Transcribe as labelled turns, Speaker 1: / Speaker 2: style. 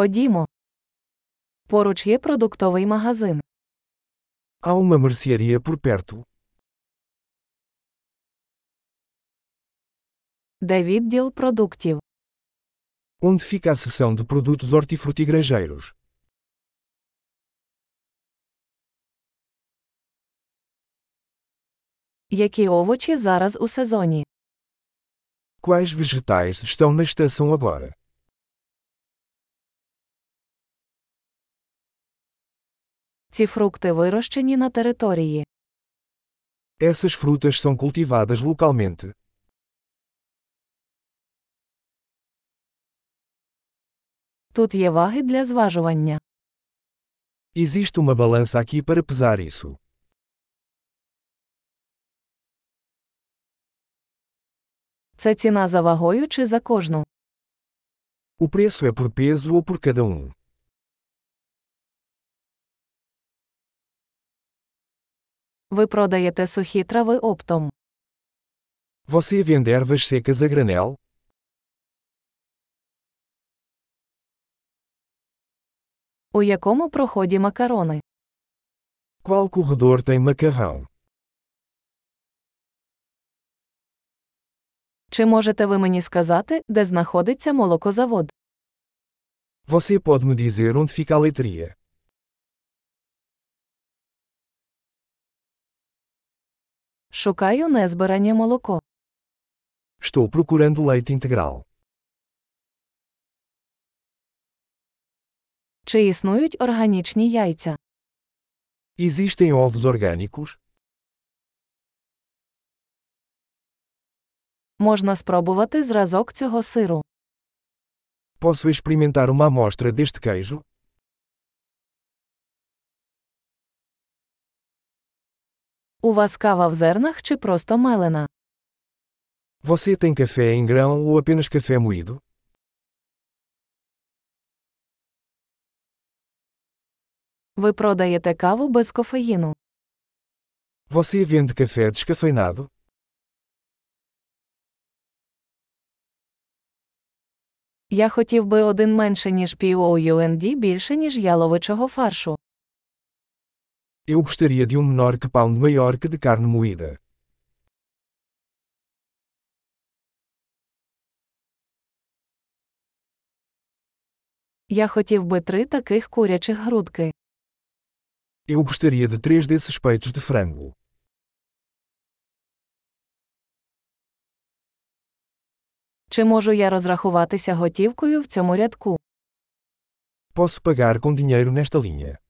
Speaker 1: Ходімо. Поруч є продуктовий магазин.
Speaker 2: Há uma mercearia por perto.
Speaker 1: Де відділ продуктів?
Speaker 2: Onde fica a seção de produtos hortifrutigranjeiros?
Speaker 1: Які овочі зараз у сезоні?
Speaker 2: Quais vegetais estão na estação agora?
Speaker 1: Ці фрукти вирощені на території.
Speaker 2: Essas frutas são cultivadas localmente.
Speaker 1: Тут є ваги для зважування.
Speaker 2: Existe uma balança aqui para pesar isso.
Speaker 1: Це ціна за вагою чи за кожну.
Speaker 2: O preço é por peso ou por cada um.
Speaker 1: Ви продаєте сухі трави оптом.
Speaker 2: Você vende ervas secas a granel?
Speaker 1: У якому проході макарони?
Speaker 2: Qual corredor tem macarrão?
Speaker 1: Чи можете ви мені сказати, де знаходиться молокозавод?
Speaker 2: Você pode me dizer onde fica a leitria?
Speaker 1: Шукаю незбирання молоко.
Speaker 2: Estou procurando leite integral.
Speaker 1: Чи існують органічні яйця?
Speaker 2: Existem ovos orgânicos?
Speaker 1: Можна спробувати зразок цього сиру.
Speaker 2: Posso experimentar uma amostra deste queijo?
Speaker 1: У вас кава в зернах чи просто мелена?
Speaker 2: Você tem café em grão ou apenas café moído?
Speaker 1: Ви продаєте каву без кофеїну.
Speaker 2: Você vende café descafeinado?
Speaker 1: Я хотів би один менше, ніж POUND більше, ніж яловичого фаршу.
Speaker 2: Eu gostaria de um menor que pound maior que de carne moída.
Speaker 1: Я хотів би три таких курячих грудки.
Speaker 2: Eu gostaria de três desses peitos de frango.
Speaker 1: Чи можу я розрахуватися готівкою в цьому рядку?
Speaker 2: Posso pagar com dinheiro nesta linha.